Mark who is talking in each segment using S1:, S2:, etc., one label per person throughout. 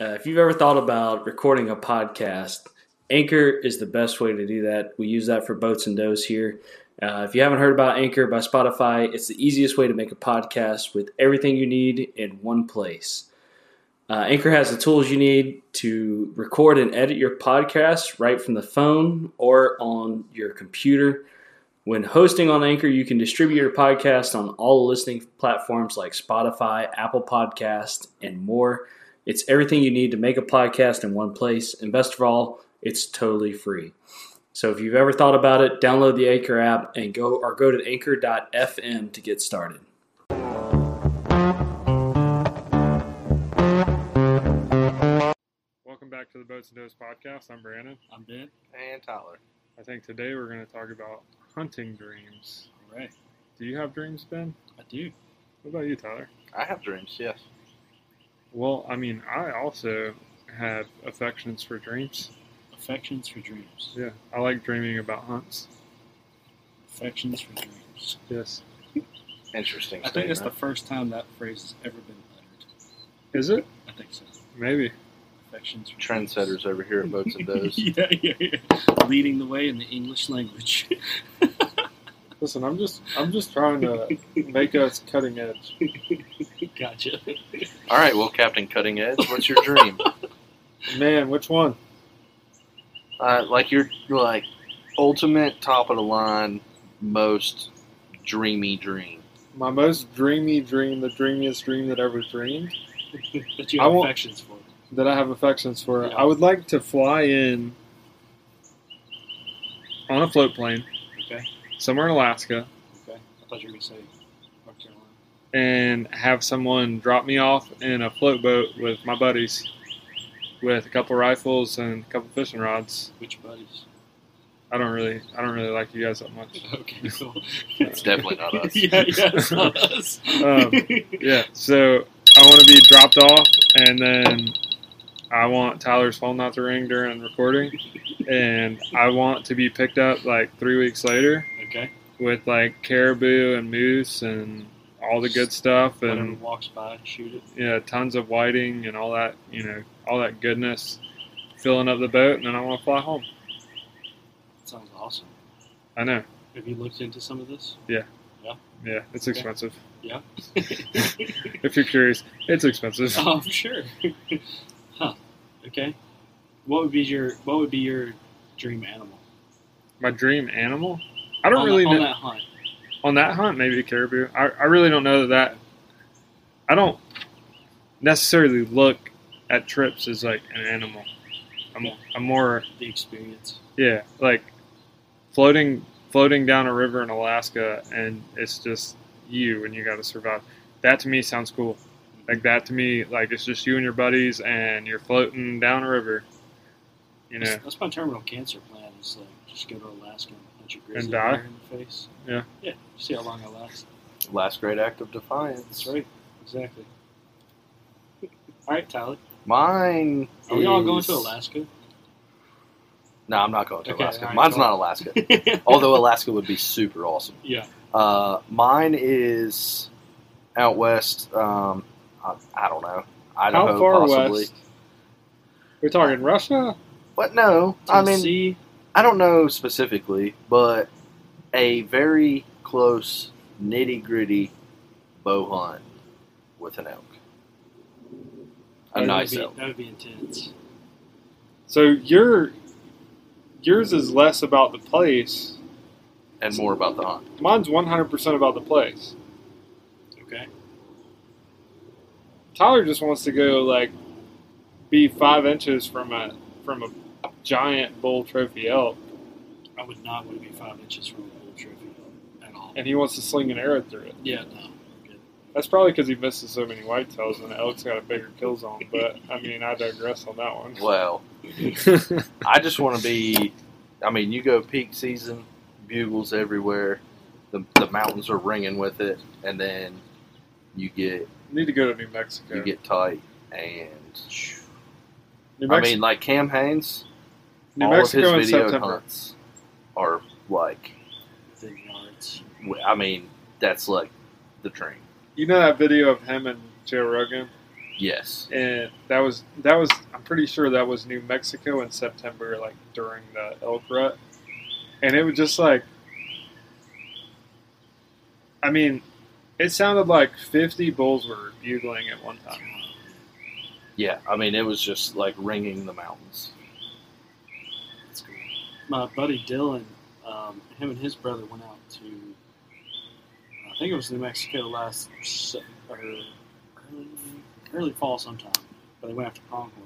S1: Uh, if you've ever thought about recording a podcast, Anchor is the best way to do that. We use that for boats and does here. Uh, if you haven't heard about Anchor by Spotify, it's the easiest way to make a podcast with everything you need in one place. Uh, Anchor has the tools you need to record and edit your podcast right from the phone or on your computer. When hosting on Anchor, you can distribute your podcast on all listening platforms like Spotify, Apple Podcast, and more. It's everything you need to make a podcast in one place, and best of all, it's totally free. So if you've ever thought about it, download the Anchor app and go or go to anchor.fm to get started.
S2: Welcome back to the Boats and Does podcast. I'm Brandon.
S3: I'm dead.
S4: And Tyler.
S2: I think today we're going to talk about hunting dreams.
S3: All right.
S2: Do you have dreams, Ben?
S3: I do.
S2: What about you, Tyler?
S4: I have dreams, yes.
S2: Well, I mean, I also have affections for dreams.
S3: Affections for dreams.
S2: Yeah, I like dreaming about hunts.
S3: Affections for dreams.
S2: Yes.
S4: Interesting
S3: I think
S4: statement.
S3: that's the first time that phrase has ever been uttered.
S2: Is it?
S3: I think so.
S2: Maybe.
S3: Affections for
S4: Trendsetters over here at Boats and
S3: dreams.
S4: Does.
S3: yeah, yeah, yeah. Leading the way in the English language.
S2: Listen, I'm just I'm just trying to make us cutting edge.
S3: gotcha.
S4: All right, well, Captain Cutting Edge, what's your dream?
S2: Man, which one?
S4: uh, like your like ultimate top of the line, most dreamy dream.
S2: My most dreamy dream, the dreamiest dream that ever dreamed,
S3: But you
S2: I
S3: have
S2: won't-
S3: affections for it.
S2: that I have affections for.
S3: Yeah.
S2: I would like to fly in on a float plane
S3: Okay.
S2: somewhere in Alaska.
S3: Okay. I thought you were going to say North Carolina.
S2: and have someone drop me off in a float boat with my buddies with a couple rifles and a couple fishing rods.
S3: Which buddies?
S2: I don't really I don't really like you guys that much.
S3: Okay, cool.
S4: It's definitely not us.
S3: yeah, yeah, it's not us.
S2: Um, Yeah. So I want to be dropped off and then I want Tyler's phone not to ring during recording and I want to be picked up like 3 weeks later
S3: okay.
S2: with like caribou and moose and all the good stuff
S3: Whatever
S2: and
S3: walks by, shoot it.
S2: yeah, tons of whiting and all that, you know, all that goodness filling up the boat, and then I want to fly home.
S3: Sounds awesome.
S2: I know.
S3: Have you looked into some of this?
S2: Yeah, it's
S3: Okay.
S2: expensive.
S3: Yeah.
S2: If you're curious, it's expensive.
S3: Oh, I'm sure. huh. Okay. What would be your What would be your dream animal?
S2: My dream animal? I don't
S3: on
S2: really
S3: the, on
S2: know.
S3: that hunt.
S2: On that hunt, maybe a caribou. I, I really don't know that, that. I don't necessarily look at trips as like an animal. I'm,
S3: Yeah.
S2: I'm more
S3: The experience.
S2: Yeah, like floating floating down a river in Alaska, and it's just you and you got to survive. That to me sounds cool. Like that to me, like it's just you and your buddies, and you're floating down a river. You know,
S3: That's, that's my terminal cancer plan. Is like just go to Alaska and punch a grizzly
S2: And die?
S3: bear in the face.
S2: Yeah.
S3: Yeah. See how long I last.
S4: Last great act of defiance.
S3: That's right. Exactly. All right, Tyler.
S4: Mine.
S3: Are we all going
S4: is-
S3: to Alaska?
S4: No, I'm not going to
S3: Okay,
S4: Alaska.
S3: all right,
S4: Mine's
S3: cool.
S4: not Alaska. Although Alaska would be super awesome.
S3: yeah.
S4: Uh, mine is out west. Um, I, I don't know. Idaho,
S2: how far
S4: possibly.
S2: west? We're talking Russia.
S4: But no, I mean,
S3: Tennessee.
S4: I don't know specifically, but a very close, nitty gritty bow hunt with an elk. A
S3: That would
S4: nice
S3: be-
S4: elk.
S3: That would be intense.
S2: So your yours is less about the place.
S4: And more about the hunt.
S2: Mine's 100% about the place.
S3: Okay.
S2: Tyler just wants to go like be five inches from a from a giant bull trophy elk,
S3: I would not want to be five inches from a bull trophy at all.
S2: and he wants to sling an arrow through it.
S3: Yeah, no. Good.
S2: That's probably because he misses so many whitetails, and the elk's got a bigger kill zone. But I mean, I digress on that one.
S4: Well, I just want to be. I mean, you go peak season, bugles everywhere, the, the mountains are ringing with it, and then you get
S2: Need to go to New Mexico.
S4: you get tight. And
S2: New,
S4: I
S2: Mex-
S4: mean, like Cam Haynes,
S2: New
S4: all
S2: Mexico
S4: of
S2: in
S4: his video
S2: September.
S4: hunts are like
S3: Big yards.
S4: w- I mean, that's like the dream.
S2: You know that video of him and Joe Rogan
S4: Yes.
S2: and that was that was I'm pretty sure that was New Mexico in September, like during the elk rut, and it was just like, I mean, it sounded like 50 bulls were bugling at one time.
S4: Yeah. I mean, it was just like ringing the mountains.
S3: That's cool. My buddy Dylan, um, him and his brother went out to, I think it was New Mexico last se- or early, early fall sometime, but they went after pronghorns.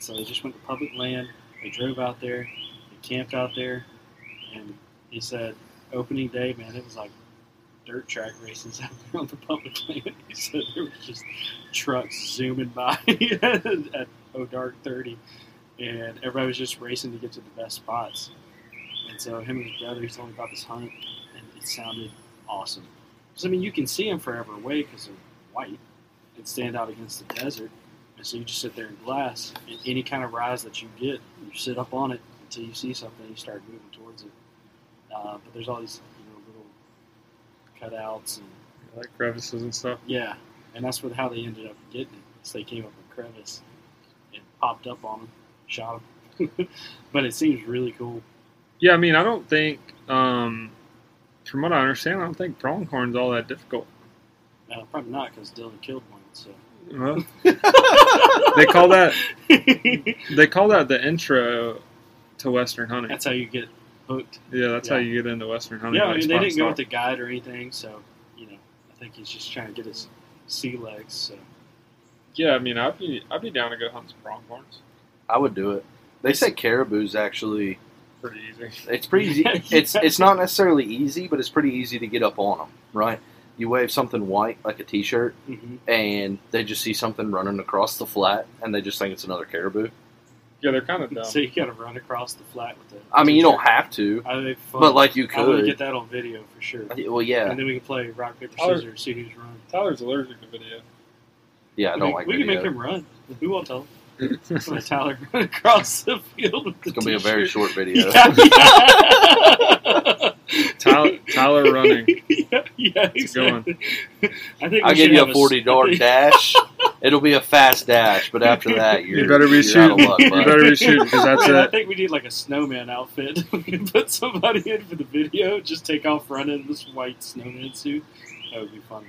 S3: So they just went to public land. They drove out there. They camped out there, and he said opening day, man, it was like dirt track races out there on the public land. He said there was just trucks zooming by at, at oh dark thirty and everybody was just racing to get to the best spots. And so him and his brother, he's telling me about this hunt, and it sounded awesome. 'Cause, I mean, you can see them forever away because they're white and stand out against the desert. And so you just sit there in glass, and any kind of rise that you get, you sit up on it until you see something, you start moving towards it. Uh, but there's all these you know, little cutouts and
S2: Like crevices and stuff.
S3: yeah, and that's what how they ended up getting it. So they came up a crevice and popped up on them, shot them. but it seems really cool.
S2: Yeah, I mean, I don't think, um, from what I understand, I don't think pronghorn's all that difficult.
S3: Uh, probably not because Dylan killed one. So
S2: Well, they call that they call that the intro to Western hunting.
S3: that's how you get hooked.
S2: yeah, that's how
S3: yeah.
S2: you get into Western hunting.
S3: Yeah, I
S2: like
S3: mean, they
S2: spot
S3: didn't go
S2: stalk.
S3: with the guide or anything, so you know, I think he's just trying to get his sea legs. So
S2: Yeah, I mean, I'd be I'd be down to go hunt some pronghorns.
S4: I would do it. They say caribou's actually.
S2: Pretty easy.
S4: It's pretty easy.
S3: Yeah.
S4: It's it's not necessarily easy, but it's pretty easy to get up on them, right? You wave something white like a t-shirt,
S3: hmm
S4: and they just see something running across the flat, and they just think it's another caribou.
S2: Yeah, they're kind of dumb.
S3: so you got to run across the flat with it.
S4: I mean, you don't have to,
S3: I would fun.
S4: but like you
S3: I want to get
S4: could.
S3: that on video for sure.
S4: Well, yeah,
S3: And then we can play rock paper
S2: Or-
S3: scissors, see who's running.
S2: Tyler's allergic to video.
S4: yeah. I
S3: we,
S4: don't like
S3: we can make
S4: video.
S3: him run. Who will tell? Let Tyler run across the field. With
S4: It's gonna be a very uh, short video.
S3: Yeah.
S2: Tyler, Tyler running.
S3: yeah, yeah,
S2: It's a good one.
S3: exactly. I think we
S4: I'll give
S3: should
S4: you
S3: have
S4: a 40
S3: I
S4: yard
S3: think-
S4: dash. It'll be a fast dash, but after that, you're,
S2: better be
S4: you're out
S2: shooting.
S4: of luck.
S2: You
S4: bud.
S2: better be shooting because that's
S3: I
S2: it.
S3: think we need like a snowman outfit. we can put somebody in for the video. Just take off running in this white snowman suit. That would be funny.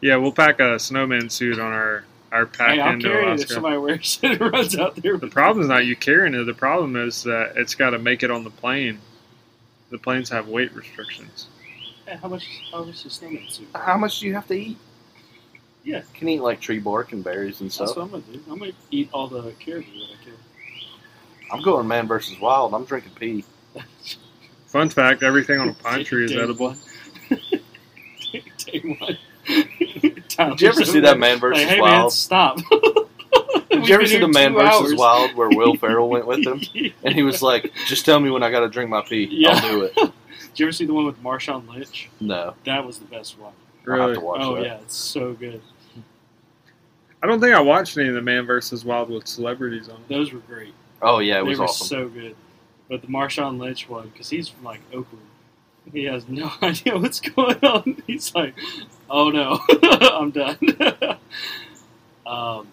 S2: Yeah, we'll pack a snowman suit on our our pack
S3: Hey, I'll
S2: into
S3: carry it if
S2: Alaska.
S3: somebody wears it and runs out there.
S2: the
S3: With
S2: problem's not you carrying it. The problem is that it's got to make it on the plane. The planes have weight restrictions.
S3: Yeah, how much? How much is a snowman suit?
S4: How much do you have to eat?
S3: Yeah.
S4: Can eat like tree bark and berries and
S3: That's
S4: stuff.
S3: what I'm gonna do. I'm gonna eat all the caribou that I kill.
S4: I'm going man versus wild. I'm drinking pee.
S2: Fun fact: everything on a pine tree is
S3: Day
S2: edible.
S3: one. Day one.
S4: Did you ever see that man versus
S3: like, hey, Man,
S4: wild?
S3: stop.
S4: Did you ever see the man versus wild where Will Ferrell went with him?
S3: Did
S4: And he was like, "Just tell me when I got to drink my pee.
S3: Yeah.
S4: I'll do it."
S3: you ever see the one with Marshawn Lynch?
S4: No,
S3: That was the best one.
S4: I have
S2: Really,
S4: to watch
S3: Oh
S4: that.
S3: yeah, it's so good.
S2: I don't think I watched any of the Man versus Wild with celebrities on it.
S3: Those were great.
S4: Oh yeah, it
S3: they
S4: was
S3: were
S4: awesome.
S3: so good. But the Marshawn Lynch one, because he's from like Oakland, he has no idea what's going on. He's like, "Oh no, I'm done." um,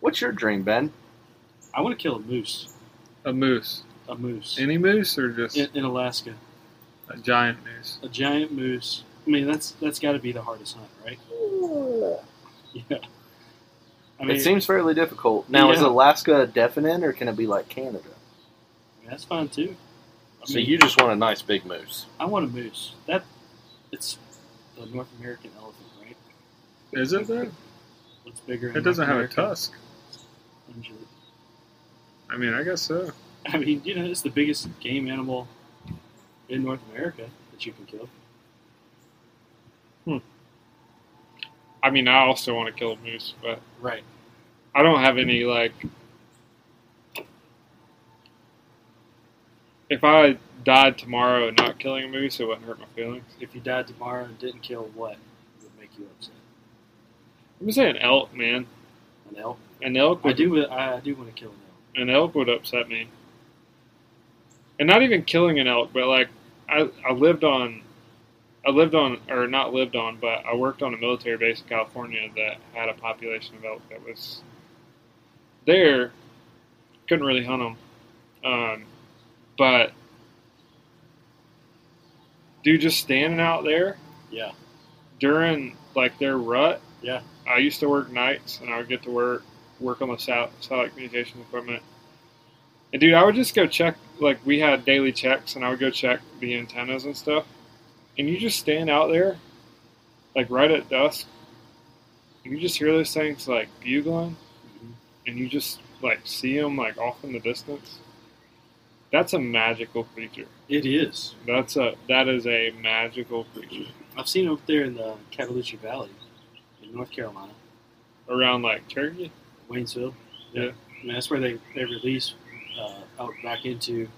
S4: What's your dream, Ben?
S3: I want to kill a moose.
S2: A moose,
S3: A moose
S2: any moose, or just
S3: in, in Alaska.
S2: a giant moose?
S3: a giant moose. I mean, that's that's got to be the hardest hunt, right? Yeah. I mean,
S4: it seems fairly difficult. Now, is
S3: Yeah.
S4: Alaska a definite, or can it be like Canada?
S3: I mean, that's fine too. I
S4: So
S3: mean,
S4: you just want a nice big moose.
S3: I want a moose. That it's the North American elephant, right?
S2: Is it though?
S3: What's bigger? in
S2: It doesn't
S3: North
S2: have a
S3: America?
S2: tusk.
S3: I'm sure.
S2: I mean, I guess so.
S3: I mean, you know, it's the biggest game animal in North America that you can kill.
S2: I mean, I also want to kill a moose, but
S3: Right.
S2: I don't have any like. If I died tomorrow and not killing a moose, it wouldn't hurt my feelings.
S3: If you died tomorrow and didn't kill what would make you upset?
S2: I'm saying elk, man.
S3: An elk.
S2: An elk
S3: I
S2: would
S3: do. I, I do want to kill an elk.
S2: an elk would upset me. And not even killing an elk, but like I, I lived on I lived on, or not lived on, but I worked on a military base in California that had a population of elk that was there. Couldn't really hunt them, um, but dude, just standing out there
S3: Yeah.
S2: during like their rut.
S3: Yeah.
S2: I used to work nights, and I would get to work work on the sat- satellite communication equipment. And dude, I would just go check. Like we had daily checks, and I would go check the antennas and stuff. And you just stand out there, like right at dusk. And you just hear those things like bugling,
S4: Mm-hmm.
S2: and you just like see them like off in the distance. That's a magical creature.
S3: It is.
S2: That's a that is a magical creature
S3: I've seen it up there in the Cataloosa Valley in North Carolina,
S2: around like Turkey.
S3: Waynesville.
S2: Yeah.
S3: I mean, that's where they, they release uh, out back into.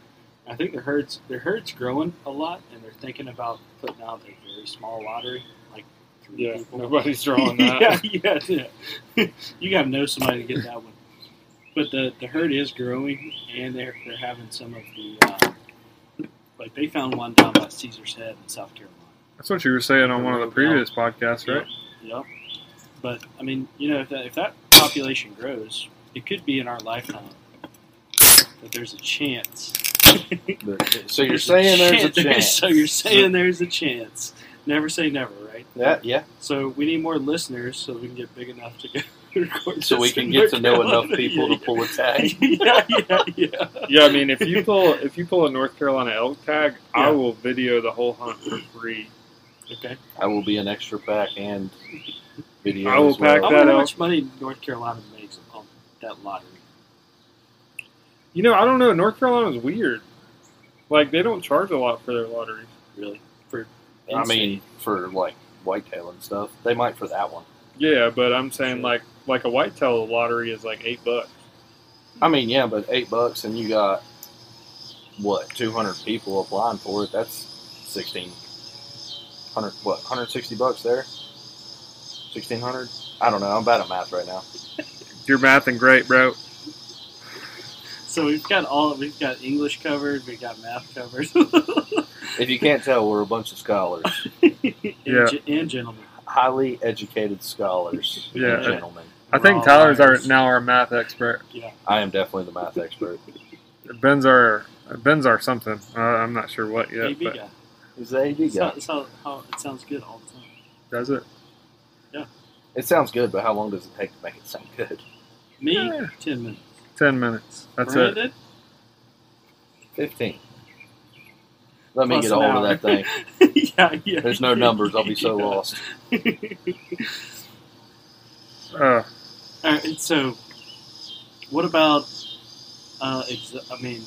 S3: I think their herds their herds growing a lot, and they're thinking about putting out a very small lottery, like three
S2: Yeah,
S3: people.
S2: nobody's drawing that.
S3: yeah, yeah, yeah. you got to know somebody to get that one. But the, the herd is growing, and they're they're having some of the uh, like they found one down by Caesar's Head in South Carolina.
S2: That's what you were saying on one of the previous podcasts, right?
S3: Yep. But I mean, you know, if that, if that population grows, it could be in our lifetime that there's a chance.
S4: So you're saying there's a chance.
S3: so you're saying there's a chance. Never say never, right?
S4: Yeah, yeah.
S3: So we need more listeners so we can get big enough to go. record
S4: So
S3: this
S4: we can
S3: in
S4: get to
S3: North
S4: know enough
S3: Carolina.
S4: people to pull a tag.
S3: yeah, yeah, yeah.
S2: Yeah, I mean, if you pull if you pull a North Carolina elk tag, I
S3: Yeah.
S2: will video the whole hunt for free.
S3: Okay.
S4: I will be an extra pack and video.
S2: I will
S4: as well.
S2: pack
S3: I
S2: that
S3: wonder how
S2: out.
S3: much money North Carolina makes on that lottery.
S2: You know, I don't know. North Carolina's weird. Like they don't charge a lot for their lotteries.
S3: Really? For
S4: I mean, for like whitetail and stuff, they might for that one.
S2: Yeah, but I'm saying like like a whitetail lottery is like eight bucks.
S4: I mean, yeah, but eight bucks and you got what two hundred people applying for it. That's sixteen hundred. What hundred sixty bucks there? Sixteen hundred. I don't know. I'm bad at math right now.
S2: You're mathing great, bro.
S3: so we've got all we've got English covered, we've got math covered,
S4: If you can't tell, we're a bunch of scholars,
S3: and,
S2: Yeah.
S3: ge- and gentlemen.
S4: highly educated scholars
S2: Yeah.
S4: and gentlemen.
S2: I think
S3: Raw
S2: Tyler's our,
S3: liars.
S2: now our math expert.
S4: I am definitely the math expert.
S2: Ben's our Ben's our something. Uh, I'm not sure what yet,
S3: AB
S2: but
S3: guy.
S4: Is that AD
S3: It's
S4: guy?
S3: how, it's how, how it sounds good all the time.
S2: does it?
S4: It sounds good, but how long does it take to make it sound good?
S3: Me,
S2: Yeah.
S3: ten minutes.
S2: Ten minutes. That's it.
S3: Brandon,
S4: Fifteen. Let me
S3: Plus
S4: get
S3: an
S4: all
S3: hour.
S4: of that thing.
S3: yeah, yeah.
S4: There's no numbers. I'll be so
S3: yeah.
S4: lost.
S2: Uh,
S3: All right, and so, what about? Uh, ex- I mean,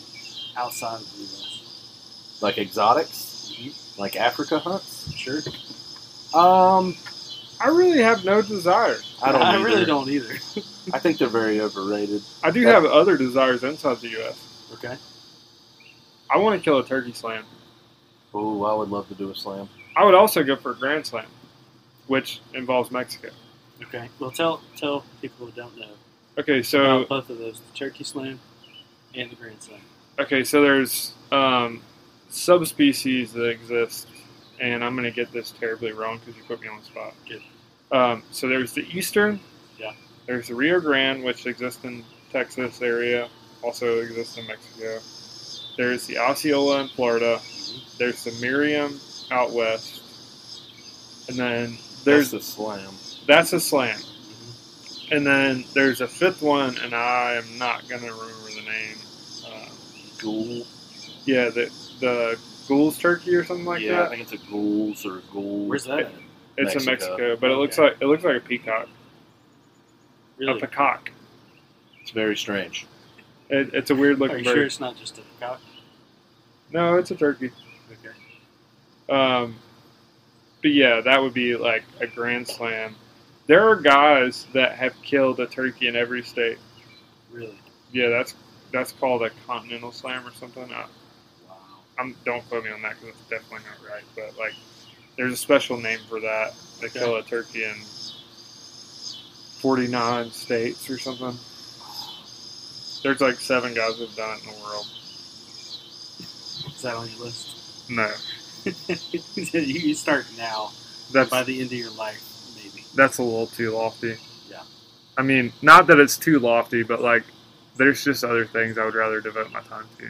S3: outside of the U.S.
S4: Like exotics, like Africa hunts.
S3: Sure.
S4: Um,
S2: I really have no desire.
S4: I don't.
S3: I
S4: either.
S3: really don't either.
S4: I think they're very overrated.
S2: I do
S4: Yeah.
S2: have other desires inside the U.S.
S3: Okay.
S2: I want to kill a turkey slam.
S4: Oh, I would love to do a slam.
S2: I would also go for a grand slam, which involves Mexico.
S3: Okay. Well, tell tell people who don't know
S2: Okay, so
S3: about both of those: the Turkey Slam and the Grand Slam.
S2: okay, so there's um, subspecies that exist, and I'm gonna get this terribly wrong because you put me on the spot.
S3: Good.
S2: Um, so there's the eastern.
S3: Yeah.
S2: There's the Rio Grande, which exists in Texas area, also exists in Mexico. There's the Osceola in Florida.
S3: Mm-hmm.
S2: There's the Miriam out west, and then there's
S4: the slam.
S2: That's a slam.
S3: Mm-hmm.
S2: And then there's a fifth one, and I am not going to remember the name. Um,
S4: Ghoul.
S2: yeah, the the Ghouls Turkey or something like
S4: yeah, I
S2: that.
S4: think it's a ghouls or ghouls.
S3: Where's that? At?
S2: It's in
S4: Mexico.
S2: Mexico, but it looks
S3: Okay.
S2: like it looks like a peacock,
S3: Really?
S2: a peacock.
S4: It's very strange.
S2: It, it's a weird
S3: Are
S2: looking
S3: you
S2: bird.
S3: sure it's not just a cock?
S2: No, it's a turkey.
S3: Okay.
S2: Um, but yeah, that would be like a grand slam. There are guys that have killed a turkey in every state.
S3: Really?
S2: Yeah, that's that's called a continental slam or something. I,
S3: Wow.
S2: I'm don't quote me on that because it's definitely not right. But like, there's a special name for that. They
S3: Okay.
S2: kill a turkey in 49 states or something. There's like seven guys who've done it in the world.
S3: Is that on your list?
S2: No,
S3: you start now.
S2: That's
S3: By the end of your life, maybe.
S2: that's a little too lofty.
S3: Yeah.
S2: I mean, not that it's too lofty, but like, there's just other things I would rather devote my time to.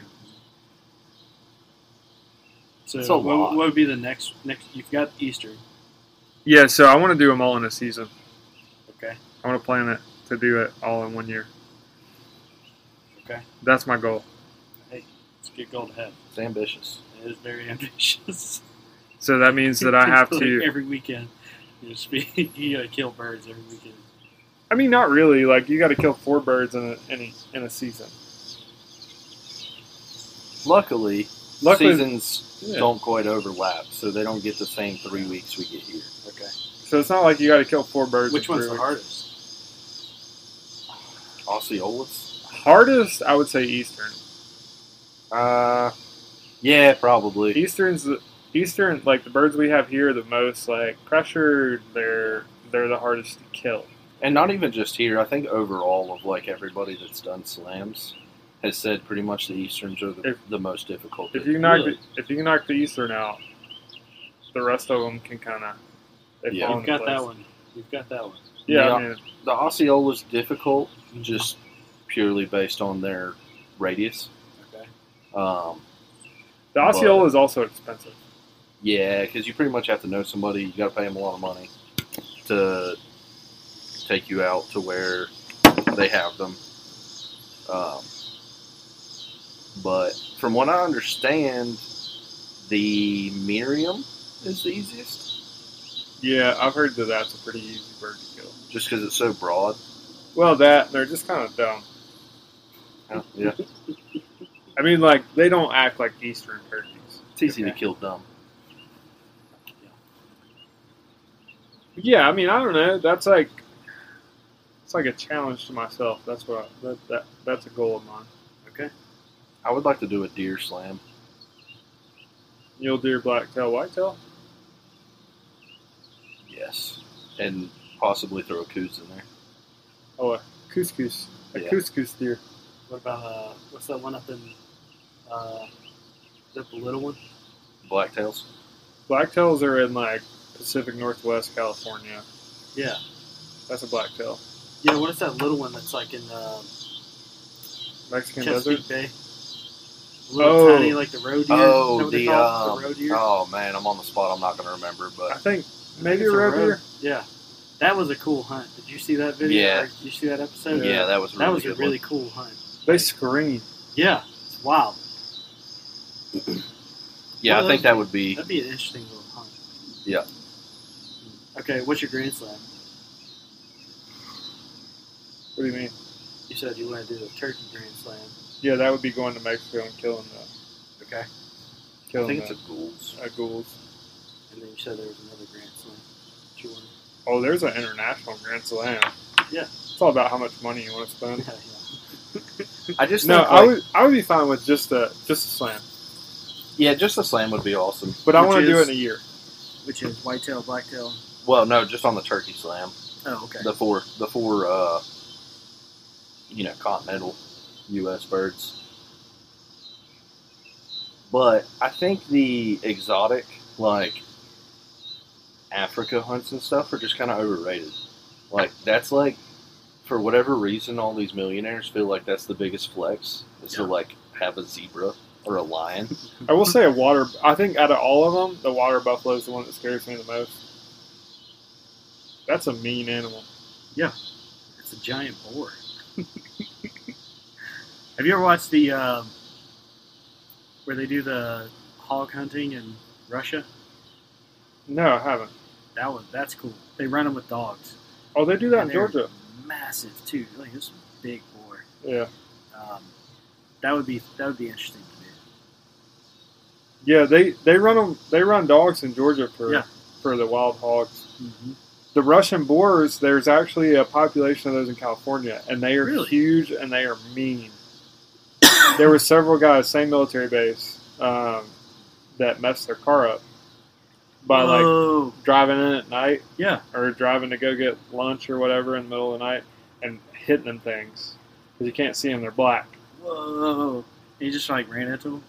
S3: So
S4: It's a
S3: what,
S4: lot.
S3: what would be the next next? You've got Easter,
S2: Yeah, so I want to do them all in a season.
S3: okay?
S2: I want to plan it to do it all in one year.
S3: Okay.
S2: That's my goal.
S3: Hey, it's a good goal to have.
S4: It's ambitious.
S3: It is very ambitious.
S2: So that means that I have
S3: Like
S2: to.
S3: every weekend. You just be you gotta kill birds every weekend.
S2: I mean, not really. Like you got to kill four birds in a in a, in a season.
S4: Luckily,
S2: Luckily,
S4: seasons
S2: Yeah.
S4: don't quite overlap, so they don't get the same three weeks we get here.
S3: Okay.
S2: so it's not like you got to kill four birds.
S3: Which
S2: in
S3: one's
S2: three
S3: the
S2: weeks.
S3: hardest?
S4: Osceolas?
S2: Hardest, I would say Eastern.
S4: Uh, yeah, probably.
S2: Eastern's the, Eastern like the birds we have here are the most like pressured. They're they're the hardest to kill.
S4: And not even just here. I think overall of like everybody that's done slams has said pretty much the Easterns are the,
S2: If-
S4: the most difficult.
S2: If
S4: to-
S2: you knock
S4: Really?
S2: the, if you can knock the Eastern out, the rest of them can kind of they
S4: Yeah.
S2: fall
S3: You've
S2: into
S3: got
S2: place.
S3: that one. You've got that one.
S2: Yeah, I
S4: Yeah.
S2: mean,
S4: the Osceola's difficult just purely based on their radius.
S3: Okay.
S4: Um,
S2: the Osceola is also expensive.
S4: yeah, because you pretty much have to know somebody. You got to pay them a lot of money to take you out to where they have them. Um, but from what I understand, the Miriam is the easiest,
S2: Yeah, I've heard that that's a pretty easy bird to kill.
S4: just because it's so broad.
S2: Well, that they're just kind of dumb.
S4: Yeah,
S2: I mean, like they don't act like Eastern turkeys.
S4: it's easy to
S3: Okay.
S4: kill dumb.
S2: Yeah, I mean, I don't know. That's like it's like a challenge to myself. That's what I, that, that that's a goal of mine.
S3: Okay.
S4: I would like to do a deer slam.
S2: Mule deer, blacktail, whitetail.
S4: Yes, and possibly throw a coos in there.
S2: Oh, a couscous, a
S4: Yeah.
S2: couscous deer.
S3: What about uh what's that one up in uh is that the little one?
S4: Blacktails.
S2: Blacktails are in like Pacific Northwest California.
S3: Yeah.
S2: That's a blacktail.
S3: Yeah, what is that little one that's like in uh
S2: Mexican desert.
S3: Chesapeake Bay? Little
S2: Oh.
S3: tiny like the roe deer. is that
S4: Oh,
S3: what they
S4: the,
S3: call it?
S4: um,
S3: the roe deer?
S4: oh man, I'm on the spot. I'm not going to remember,
S2: I
S4: but
S2: think maybe a
S3: It's a
S2: roe
S3: roe-
S2: deer.
S3: Yeah. That was a cool hunt. Did you see that video?
S4: Yeah.
S3: Or Did you see that episode?
S4: yeah, that was a really
S3: That was
S4: good
S3: a really cool hunt.
S2: They scream.
S3: Yeah. It's wild.
S4: one. Yeah,
S3: Well,
S4: I think that would be
S3: That'd be an interesting little hunt.
S4: Yeah.
S3: Okay, what's your grand slam?
S2: What do you mean?
S3: You said you want to do the turkey grand slam.
S2: Yeah, that would be going to Mexico and killing the
S3: Okay.
S4: I
S2: killing
S4: think it's a ghouls.
S2: the, uh, ghouls.
S3: And then you said there was another grand slam. What you want?
S2: Oh, there's an international Grand Slam.
S3: Yeah.
S2: It's all about how much money you want to spend.
S3: Yeah, yeah.
S4: I just
S2: No,
S4: think,
S2: I
S4: like-
S2: would I would be fine with just a just a slam,
S4: yeah, just a slam would be awesome.
S2: but I
S3: Which
S2: want to do it
S3: is-
S2: in a year.
S3: Which is whitetail, blacktail.
S4: Well, no, just on the turkey slam,
S3: Oh, okay.
S4: the four, the four, uh, you know, continental U.S. birds. But I think the exotic, like Africa hunts and stuff, are just kind of overrated. Like that's like, for whatever reason, all these millionaires feel like that's the biggest flex is to
S3: Yeah.
S4: like have a zebra or a lion.
S2: I will say a water. I think out of all of them, the water buffalo is the one that scares me the most. That's a mean animal.
S3: It's a giant boar. Have you ever watched the um, where they do the hog hunting in Russia?
S2: No, I haven't.
S3: That was that's cool. They run them with dogs.
S2: Oh, they do that
S3: And
S2: in
S3: they're
S2: Georgia.
S3: Massive too. Like it's a big boar.
S2: Yeah,
S3: Um, that would be that would be interesting to do.
S2: yeah. They they run 'em- They run dogs in Georgia for
S3: Yeah.
S2: for the wild hogs. The Russian boars. There's actually a population of those in California, and they are
S3: Really?
S2: huge and they are mean. there were several guys, same military base, um, that messed their car up by like
S3: Whoa.
S2: driving in at night
S3: yeah,
S2: or driving to go get lunch or whatever in the middle of the night and hitting them things because you can't see them; they're black.
S3: whoa. And you just like ran into him.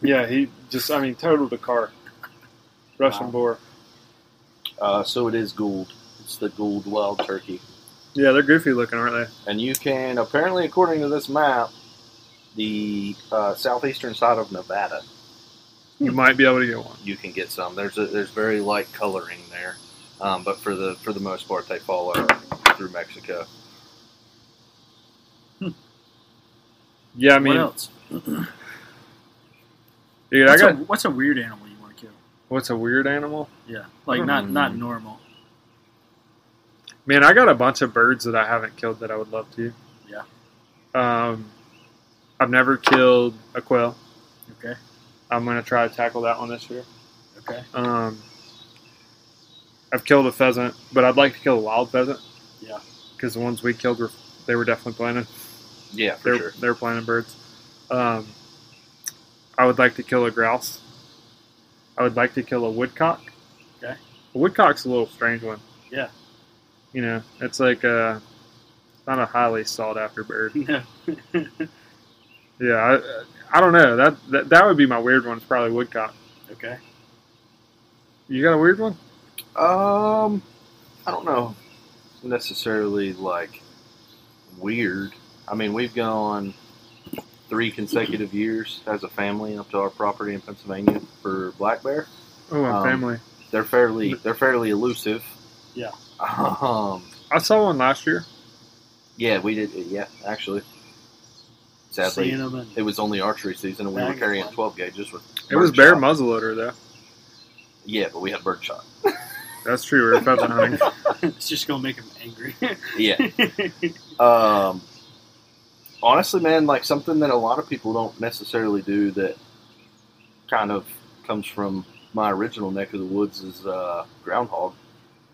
S2: yeah, he just—I mean, totaled the car. Russian
S4: Wow.
S2: boar.
S4: Uh, so it is Gould. It's the Gould Wild Turkey.
S2: Yeah, they're goofy looking, aren't
S4: And you can, apparently, according to this map, the uh, southeastern side of Nevada,
S2: they? You
S3: Hmm.
S2: might be able to get one.
S4: you can get some. There's a, there's very light coloring there, um, but for the for the most part, they follow through Mexico.
S2: Yeah, I
S3: what
S2: mean,
S3: else?
S2: dude, I
S3: What's,
S2: got
S3: a, what's a weird animal you want to kill?
S2: what's a weird animal?
S3: Yeah, like not
S2: Mm.
S3: not normal.
S2: Man, I got a bunch of birds that I haven't killed that I would love to.
S3: Yeah.
S2: Um, I've never killed a quail.
S3: Okay,
S2: I'm gonna try to tackle that one this year.
S3: okay.
S2: Um, I've killed a pheasant, but I'd like to kill a wild pheasant.
S3: Yeah.
S2: Because the ones we killed were they were definitely planted.
S4: Yeah, for
S2: They're
S4: sure.
S2: they're planted birds. Um, I would like to kill a grouse. I would like to kill a woodcock.
S3: Okay.
S2: A woodcock's a little strange one.
S3: Yeah.
S2: You know, it's like a not a highly sought after bird.
S3: No.
S2: Yeah, I, I don't know. That, that that would be my weird one. It's probably woodcock.
S3: okay.
S2: You got a weird one?
S4: Um, I don't know necessarily like weird. I mean, we've gone three consecutive years as a family up to our property in Pennsylvania for black bear.
S2: Oh,
S4: Um,
S2: um, family.
S4: They're fairly they're fairly elusive.
S3: Yeah.
S4: Um.
S2: I saw one last year.
S4: Yeah, we did. Yeah, actually. Sadly,
S3: Seeing 'em and-
S4: it was only archery season, and we were
S3: Dang,
S4: carrying
S3: fun.
S4: twelve gauges with.
S2: It was bear
S4: birdshot.
S2: muzzleloader though.
S4: Yeah, but we had bird shot.
S2: That's true. We were pheasant hunting.
S3: it's just gonna make him angry.
S4: Yeah. Um, honestly, man, like something that a lot of people don't necessarily do that kind of comes from my original neck of the woods is uh, groundhog.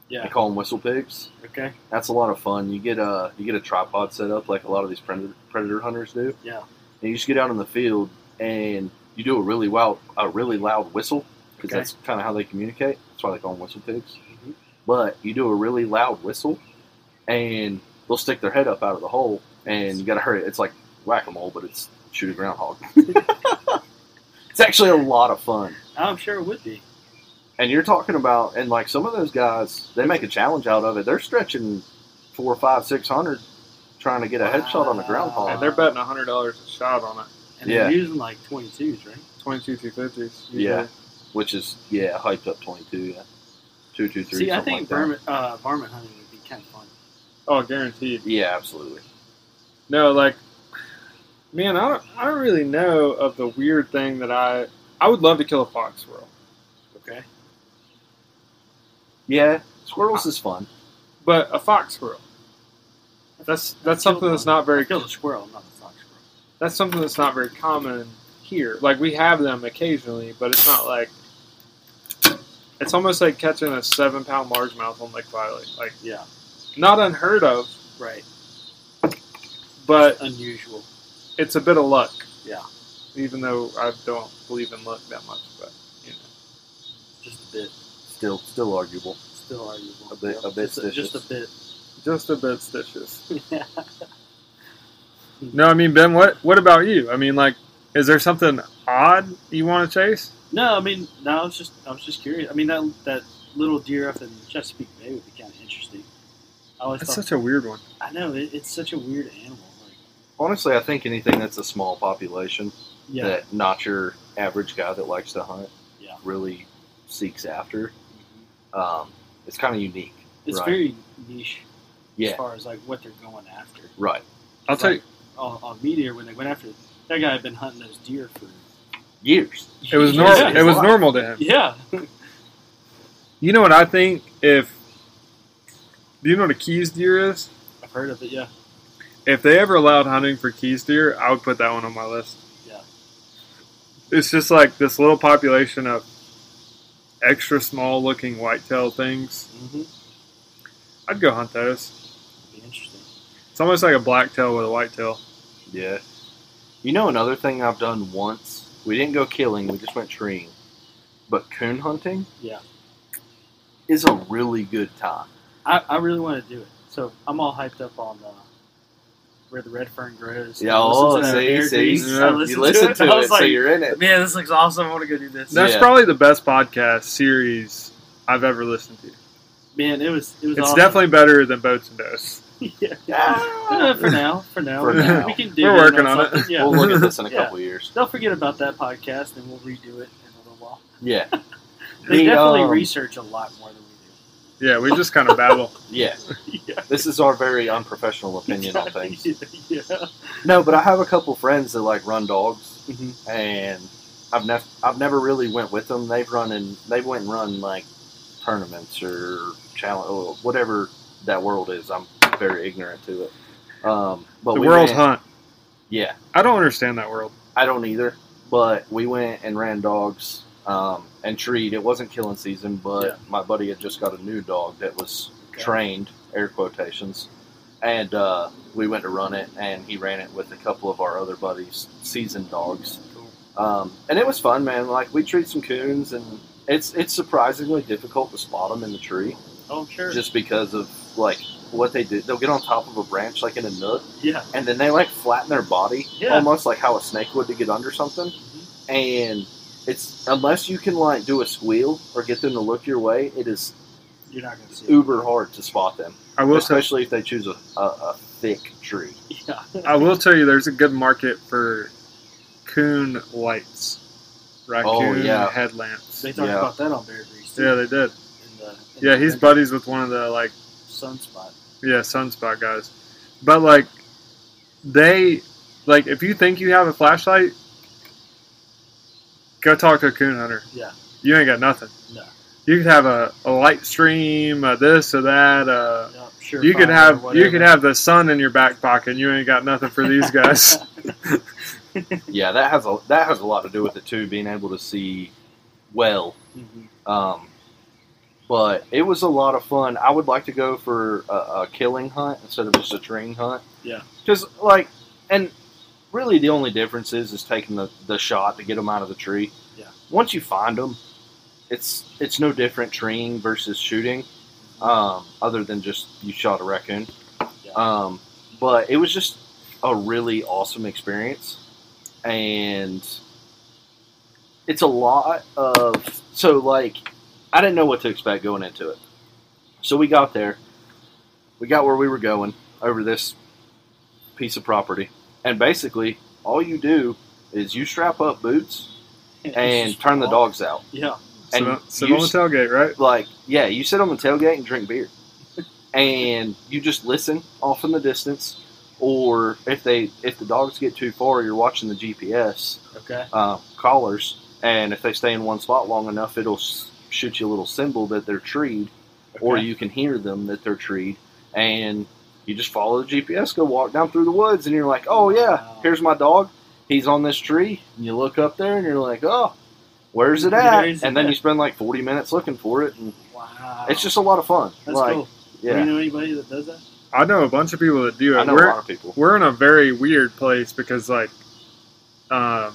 S4: They
S3: yeah.
S4: call them whistle pigs.
S3: Okay.
S4: That's a lot of fun. You get a you get a tripod set up like a lot of these predator, predator hunters do,
S3: Yeah.
S4: and you just get out in the field and you do a really wild a really loud whistle because
S3: Okay.
S4: that's kind of how they communicate. That's why they call them whistle pigs.
S3: Mhm.
S4: But you do a really loud whistle, and they'll stick their head up out of the hole, and you got to hurry. It's like whack a mole, but it's shoot a groundhog. it's actually a lot of fun.
S3: I'm sure it would be.
S4: And you're talking about, and like some of those guys, they make a challenge out of it. They're stretching four, five, six hundred, trying to get a headshot on a groundhog.
S2: And they're betting hundred dollars a shot on it.
S3: And
S4: Yeah.
S3: they're using like 22s, right?
S2: Twenty two two fifties.
S4: Yeah. which is yeah, hyped up twenty two, yeah, two, two, three.
S3: See, I
S4: something like
S3: think
S4: that.
S3: vermin, uh, varmint hunting would be kind of fun.
S2: Oh, guaranteed.
S4: Yeah, absolutely.
S2: No, like, man, I don't, I don't really know of the weird thing that I I would love to kill a fox squirrel,
S3: Okay.
S4: Yeah, squirrels is fun.
S2: but a fox squirrel. That's that's something that's not very
S3: I killed a squirrel, not a fox squirrel.
S2: that's something that's not very common here. Like we have them occasionally, but it's not like it's almost like catching a seven pound largemouth on Lake Valley. Like
S3: Yeah.
S2: not unheard of,
S3: Right.
S2: but
S3: Unusual.
S2: it's a bit of luck.
S3: Yeah.
S2: Even though I don't believe in luck that much, but you know.
S3: Just a bit.
S4: Still, still arguable.
S3: Still arguable.
S4: A bit- a bit
S3: Just a, just a bit.
S2: Just a bit stitches. No, I mean Ben, what what about you? I mean like is there something odd you want to chase?
S3: No, I mean, no, I was just, I was just curious. I mean, that that little deer up in Chesapeake Bay would be kind of interesting. I always
S2: That's
S3: thought,
S2: such a weird one.
S3: I know it, it's such a weird animal. Like,
S4: Honestly, I think anything that's a small population
S3: yeah,
S4: that not your average guy that likes to hunt
S3: Yeah.
S4: really seeks after, um, it's kind of unique.
S3: it's
S4: right.
S3: very niche
S4: Yeah,
S3: as far as like what they're going after.
S4: right.
S2: I'll tell you,
S3: Like, on, on meteor when they went after that guy had been hunting those deer for.
S4: Years.
S2: it was
S3: years.
S2: normal. It was normal to him.
S3: Yeah.
S2: You know what I think? If do you know what a keys deer is?
S3: I've heard of it. Yeah.
S2: If they ever allowed hunting for keys deer, I would put that one on my list.
S3: Yeah.
S2: It's just like this little population of extra small looking whitetail things.
S3: Mm-hmm.
S2: I'd go hunt those.
S3: Be interesting.
S2: It's almost like a blacktail with a whitetail.
S4: Yeah. You know another thing I've done once? We didn't go killing, we just went treeing. But coon hunting
S3: Yeah.
S4: is a really good time.
S3: I, I really want to do it. So I'm all hyped up on uh, where the red fern grows.
S4: Yeah,
S3: I
S4: oh,
S3: listened to that
S4: see,
S3: Bear
S4: see,
S3: Grease.
S2: Yeah.
S3: I
S2: You
S4: you
S3: listened
S4: listen to
S3: I
S4: it,
S3: was
S4: so
S3: like,
S4: you're in it.
S3: man, this looks awesome. I want to go do this.
S4: No.
S2: That's
S4: Yeah.
S2: probably the best podcast series I've ever listened to.
S3: Man, it was it was.
S2: It's
S3: awesome.
S2: definitely better than Boats and Dose.
S3: yeah. Uh, for now, for now,
S4: For
S3: We-
S4: now.
S3: we can do.
S2: We're
S3: in
S2: working on it.
S3: something. Yeah,
S4: We'll look at this in a
S3: Yeah.
S4: couple years.
S3: they'll forget about that podcast and we'll redo it in a little while.
S4: Yeah,
S3: They
S4: The,
S3: definitely
S4: um,
S3: research a lot more than we
S2: Yeah, we just kind of babble.
S4: yeah.
S3: do. yeah.
S4: This is our very unprofessional opinion on things.
S3: yeah.
S4: No, but I have a couple friends that like run dogs,
S3: Mhm.
S2: Mm-hmm.
S4: and I've never I've never really went with them. They've run and they went and run like tournaments or challenge or whatever that world is. I'm very ignorant to it. Um, but
S2: the
S4: we
S2: World
S4: ran-
S2: Hunt.
S4: yeah,
S2: I don't understand that world.
S4: I don't either. But we went and ran dogs um, and treed. It wasn't killing season, but
S3: Yeah.
S4: my buddy had just got a new dog that was
S3: Okay.
S4: trained, air quotations, and uh, we went to run it, and he ran it with a couple of our other buddies, seasoned dogs,
S3: Cool.
S4: um, and it was fun, man. Like we treed some coons, and it's it's surprisingly difficult to spot them in the tree,
S3: Oh, sure.
S4: just because of like what they do. They'll get on top of a branch, like in a nook,
S3: yeah.
S4: and then they like flatten their body
S3: Yeah.
S4: almost like how a snake would to get under something and it's unless you can like do a squeal or get them to look your way it is
S3: You're not going to see it.
S4: uber hard to spot them
S2: I will tell,
S4: especially if they choose a, a, a thick tree
S3: Yeah.
S2: I will tell you, there's a good market for coon lights, raccoon
S4: Oh, yeah.
S2: headlamps.
S3: They talked
S4: Yeah.
S3: about that on Bear Grease. too,
S2: Yeah, they did.
S3: in the- in
S2: Yeah,
S3: the
S2: he's buddies with one of the like
S3: sunspot.
S2: yeah sunspot guys, but like they like if you think you have a flashlight, go talk to a coon hunter.
S3: Yeah.
S2: you ain't got nothing.
S3: No.
S2: You could have a, a light stream, a this or that. Uh,
S3: Yeah, sure.
S2: you could
S3: fine,
S2: have
S3: or
S2: you could
S3: whatever.
S2: have the sun in your back pocket. and You ain't got nothing for these guys.
S4: yeah that has a that has a lot to do with it too being able to see well
S3: Mhm.
S4: um, but it was a lot of fun i would like to go for a, a killing hunt instead of just a treeing hunt
S3: Yeah.
S4: because like and really the only difference is is taking the, the shot to get them out of the tree
S3: Yeah.
S4: once you find them it's it's no different treeing versus shooting um, other than just you shot a raccoon
S3: Yeah.
S4: um, but it was just a really awesome experience and it's a lot of so like i didn't know what to expect going into it so we got there we got where we were going over this piece of property and basically all you do is you strap up boots and
S3: Just
S4: turn the
S3: walk.
S4: dogs out
S3: Yeah.
S2: sit
S4: And
S2: on, sit
S4: you
S2: on the
S4: s-
S2: tailgate, right?
S4: like yeah you sit on the tailgate and drink beer and you just listen off in the distance or if they if the dogs get too far you're watching the gps
S3: Okay.
S4: uh, collars, and if they stay in one spot long enough, it'll s- shoot you a little symbol that they're treed, or
S3: Okay.
S4: you can hear them that they're treed, and you just follow the GPS, go walk down through the woods, and you're like, oh yeah,
S3: Wow.
S4: here's my dog, he's on this tree, and you look up there, and you're like, oh, where's it
S3: Where
S4: at?
S3: is it
S4: and then
S3: at?
S4: you spend like 40 minutes looking for it, and
S3: Wow.
S4: it's just a lot of fun.
S3: that's
S4: like,
S3: cool. Do
S4: yeah,
S3: you know anybody that does that?
S2: I know a bunch of people that do
S4: I
S2: it.
S4: know a
S2: We're
S4: lot of people.
S2: we're in a very weird place because like, um,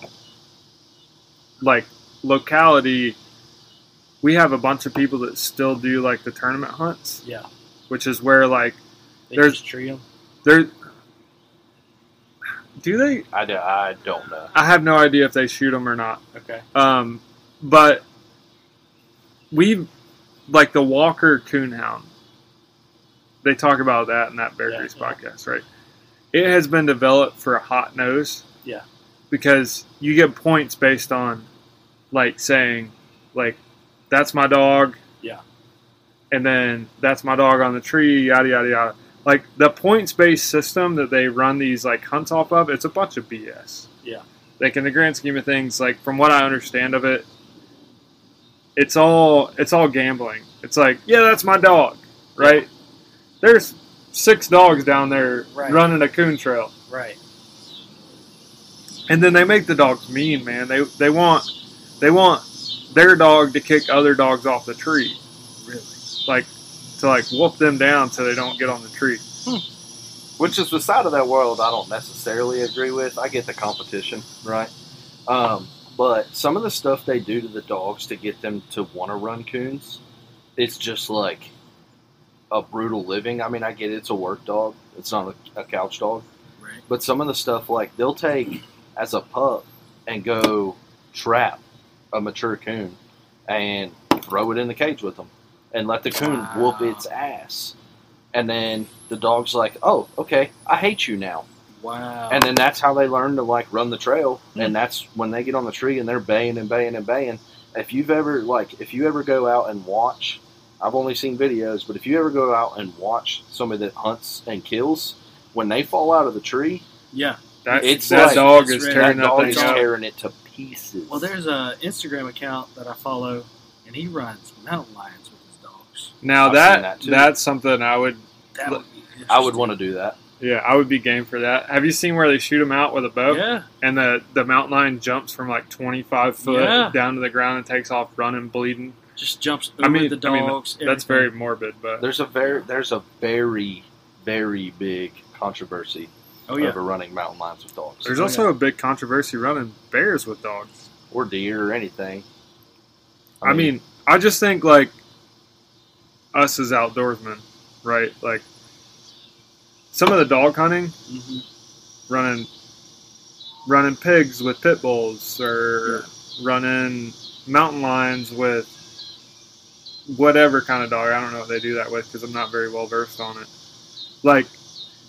S2: like locality, we have a bunch of people that still do like the tournament hunts,
S3: Yeah.
S2: which is where like
S3: They
S2: There's-
S3: just tree 'em?
S2: they're. Do they?
S4: I, do, I don't know.
S2: I have no idea if they shoot them or not.
S3: Okay.
S2: Um, but we like the Walker Coonhound. They talk about that in that Bear
S3: Yeah,
S2: Grease
S3: yeah.
S2: podcast, right? It has been developed for a hot nose.
S3: Yeah.
S2: Because you get points based on like saying like that's my dog.
S3: Yeah.
S2: And then that's my dog on the tree, yada yada yada. Like the points based system that they run these like hunts off of, it's a bunch of BS.
S3: Yeah.
S2: Like in the grand scheme of things, like from what I understand of it, it's all it's all gambling. It's like, yeah, that's my dog, right? There's six dogs down there
S3: Right.
S2: running a coon trail,
S3: Right.
S2: and then they make the dogs mean, man. They they want they want their dog to kick other dogs off the tree,
S3: Really.
S2: like to like whoop them down so they don't get on the tree.
S4: which is the side of that world I don't necessarily agree with. I get the competition, right? Um, but some of the stuff they do to the dogs to get them to want to run coons, it's just like a brutal living. I mean, I get it's a work dog, it's not a, a couch dog,
S3: right?
S4: But some of the stuff like they'll take as a pup and go trap a mature coon and throw it in the cage with them and let the coon whoop
S3: Wow.
S4: its ass. And then the dog's like, "Oh, okay, I hate you now."
S3: Wow.
S2: Um,
S4: And then that's how they learn to like run the trail. And that's when they get on the tree and they're baying and baying and baying. If you've ever like if you ever go out and watch I've only seen videos, but if you ever go out and watch somebody that hunts and kills, when they fall out of the tree,
S3: yeah.
S2: That,
S4: It's
S2: that
S4: like-
S2: dog is
S3: That
S2: tearing
S4: that
S2: that,
S4: dog
S2: thing
S4: is
S2: up.
S4: tearing it to pieces.
S3: Well, there's a Instagram account that I follow, and he runs mountain lions with his dogs.
S2: Now
S4: I've
S2: that,
S4: seen that too.
S2: that's something I would
S3: That would be interesting.
S4: I would want to do that.
S2: yeah I would be game for that. Have you seen where they shoot them out with a bow
S3: Yeah.
S2: and the the mountain lion jumps from like twenty five foot
S3: Yeah.
S2: down to the ground and takes off running bleeding?
S3: Just jumps over
S2: I mean-
S3: the
S2: I mean,
S3: dogs.
S2: That's very
S3: everything.
S2: morbid, but
S4: There's a very there's a very very big controversy
S3: Oh yeah.
S4: over running mountain lions with dogs
S2: there's also a big controversy running bears with dogs.
S4: or deer or anything.
S2: I mean, I just think like us as outdoorsmen, right? Like some of the dog hunting,
S3: hmm
S2: running running pigs with pit bulls or running mountain lions with whatever kind of dog. I don't know what they do that with because I'm not very well versed on it. Like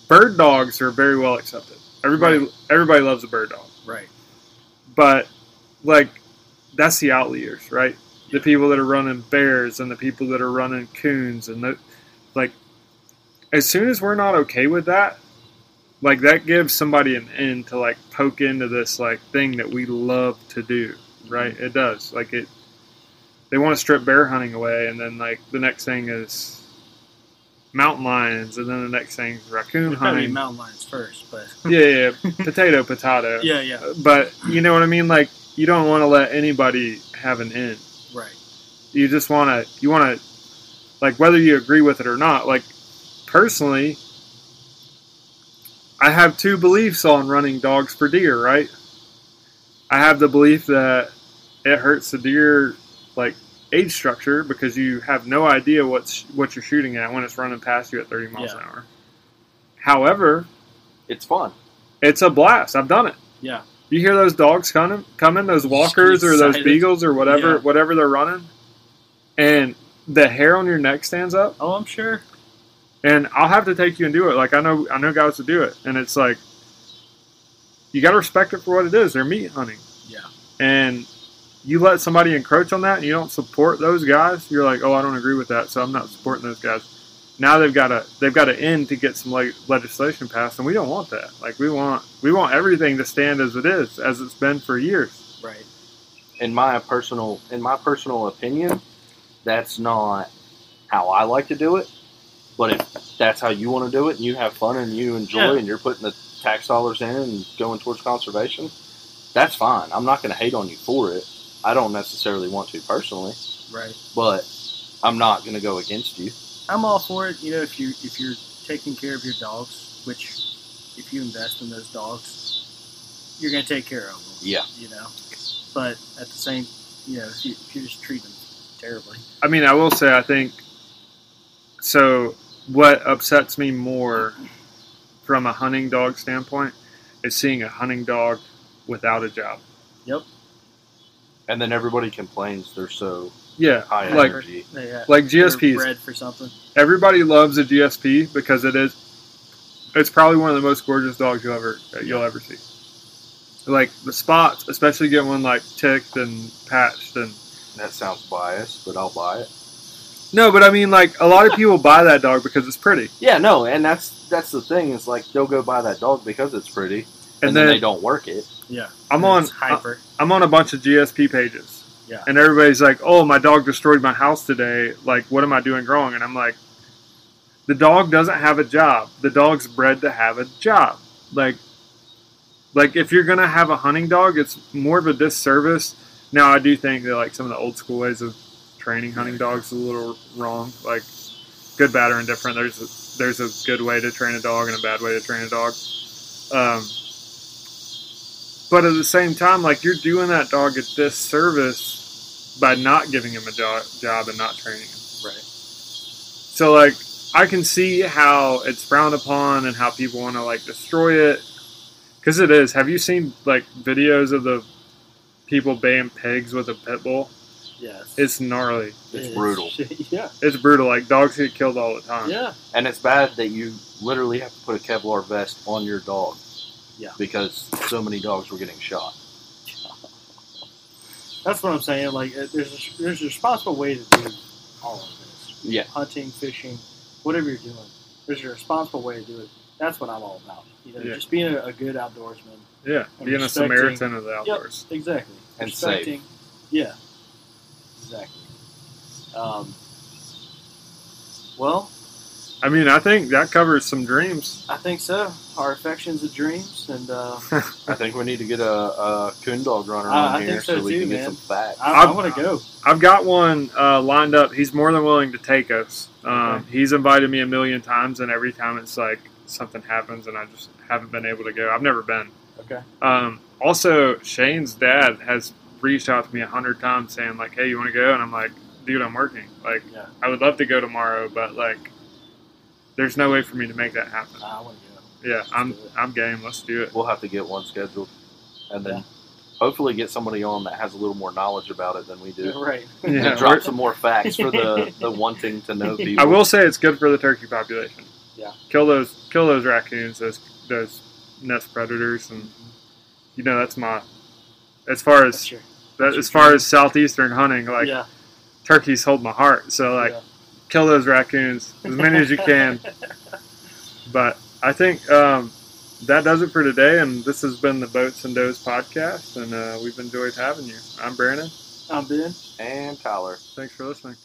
S2: bird dogs are very well accepted. Everybody everybody loves a bird dog
S3: Right.
S2: but like that's the outliers, right? The people that are running bears and the people that are running coons and the like. As soon as we're not okay with that, like that gives somebody an end to like poke into this like thing that we love to do, right?
S3: Mm-hmm.
S2: It does. Like it, they want to strip bear hunting away, and then like the next thing is mountain lions, and then the next thing is raccoon
S3: It'd probably be
S2: hunting.
S3: mountain lions first, but
S2: yeah, yeah, yeah. potato, potato
S3: yeah, yeah.
S2: but you know what I mean. Like you don't want to let anybody have an end.
S3: Right.
S2: You just want to. You want to, like whether you agree with it or not. Like personally, I have two beliefs on running dogs for deer. Right. I have the belief that it hurts the deer, like age structure, because you have no idea what's what you're shooting at when it's running past you at 30 miles
S3: Yeah.
S2: an hour. However,
S4: it's fun.
S2: it's a blast. I've done it.
S3: Yeah.
S2: You hear those dogs coming, coming those walkers or those
S3: excited.
S2: beagles or whatever,
S3: Yeah.
S2: whatever they're running, and the hair on your neck stands up.
S3: Oh, I'm sure.
S2: And I'll have to take you and do it. Like I know, I know guys to do it, and it's like you got to respect it for what it is. They're meat hunting.
S3: Yeah.
S2: And you let somebody encroach on that, and you don't support those guys. You're like, oh, I don't agree with that, so I'm not supporting those guys. Now they've got a they've got to end to get some like legislation passed, and we don't want that. Like we want we want everything to stand as it is, as it's been for years.
S3: Right.
S4: In my personal in my personal opinion, that's not how I like to do it. But if that's how you want to do it, and you have fun and you enjoy,
S3: Yeah.
S4: and you're putting the tax dollars in and going towards conservation, that's fine. I'm not going to hate on you for it. I don't necessarily want to personally,
S3: Right.
S4: but I'm not going to go against you.
S3: I'm all for it. You know, if you if you're taking care of your dogs, which if you invest in those dogs, you're gonna take care of them.
S4: Yeah.
S3: You know, but at the same, you know, if you, if you just treat them terribly,
S2: I mean, I will say, I think so. What upsets me more from a hunting dog standpoint is seeing a hunting dog without a job.
S4: And then everybody complains they're so
S2: Yeah,
S4: high
S2: Like-
S4: energy.
S3: they uh,
S2: like
S3: they're
S2: GSPs.
S3: bred for something.
S2: Everybody loves a GSP because it is. It's probably one of the most gorgeous dogs you'll ever you'll ever see. Like the spots, especially getting one like ticked and patched and
S4: That sounds biased, but I'll buy it.
S2: no, but I mean like a lot of people buy that dog because it's pretty,
S4: Yeah, no, and that's that's the thing is like they'll go buy that dog because it's pretty, and,
S2: and,
S4: then,
S2: then,
S4: they don't work it.
S3: Yeah.
S2: I'm on uh,
S3: It's hyper.
S2: I'm on a bunch of GSP pages.
S3: Yeah.
S2: And everybody's like, "Oh, my dog destroyed my house today. Like, what am I doing wrong?" And I'm like, "The dog doesn't have a job. The dog's bred to have a job. Like, like if you're gonna have a hunting dog, it's more of a disservice." Now, I do think that like some of the old school ways of training hunting dogs is a little wrong. Like, good, bad, or indifferent. There's a, there's a good way to train a dog and a bad way to train a dog. Um, but at the same time, like you're doing that dog a disservice by not giving him a jo- job and not training him.
S3: Right.
S2: So like, I can see how it's frowned upon and how people want to like destroy it because it is. Have you seen like videos of the people baying pigs with a pit bull?
S3: Yes.
S2: It's gnarly.
S4: It's brutal.
S3: Yeah.
S2: It's brutal. Like dogs get killed all the time.
S3: Yeah.
S4: And it's bad that you literally have to put a Kevlar vest on your dog.
S3: Yeah.
S4: Because so many dogs were getting shot.
S3: That's what I'm saying. Like, uh, there's a, there's a responsible way to do all of this.
S4: Yeah.
S3: Hunting, fishing, whatever you're doing. There's a responsible way to do it. That's what I'm all about. You know,
S2: Yeah.
S3: just being a, a good outdoorsman.
S2: Yeah.
S3: And
S2: Being a
S3: respecting-
S2: Samaritan of the outdoors.
S3: Exactly.
S4: And
S3: Respecting- Yeah. Exactly. Um, well,
S2: I mean, I think that covers some dreams.
S3: I think so. Our affections and dreams, and uh,
S4: I think we need to get a, a coon dog runner
S3: Uh,
S4: on
S3: I
S4: here
S3: think so
S4: we
S3: too,
S4: can
S3: man.
S4: get some facts.
S3: I, I
S2: I'm-
S3: want to go.
S2: I've got one uh, lined up. He's more than willing to take us. Um, He's invited me a million times, and every time it's like something happens, and I just haven't been able to go. I've never been.
S3: Okay.
S2: Um, also, Shane's dad has reached out to me a hundred times saying like, "Hey, you want to go?" And I'm like, "Dude, I'm working. Like,
S3: Yeah.
S2: I would love to go tomorrow, but like, there's no way for me to make that happen."
S3: I want to go.
S2: Yeah, I'm
S3: do it.
S2: I'm game. Let's do it.
S4: We'll have to get one scheduled. And then
S3: Yeah.
S4: hopefully get somebody on that has a little more knowledge about it than we do.
S3: Right.
S2: Yeah,
S4: and drop some more facts for the, the wanting to know people.
S2: I will say it's good for the turkey population.
S3: Yeah.
S2: Kill those kill those raccoons, those those nest predators and you know that's my as far
S3: That's
S2: as
S3: true.
S2: that,
S3: your
S2: as far as southeastern hunting, like
S3: yeah.
S2: turkeys hold my heart. So like
S3: yeah.
S2: kill those raccoons as many as you can. But I think um, that does it for today and this has been the Boats and Does podcast and uh, we've enjoyed having you. I'm Brandon.
S3: I'm Ben.
S4: And Tyler.
S2: Thanks for listening.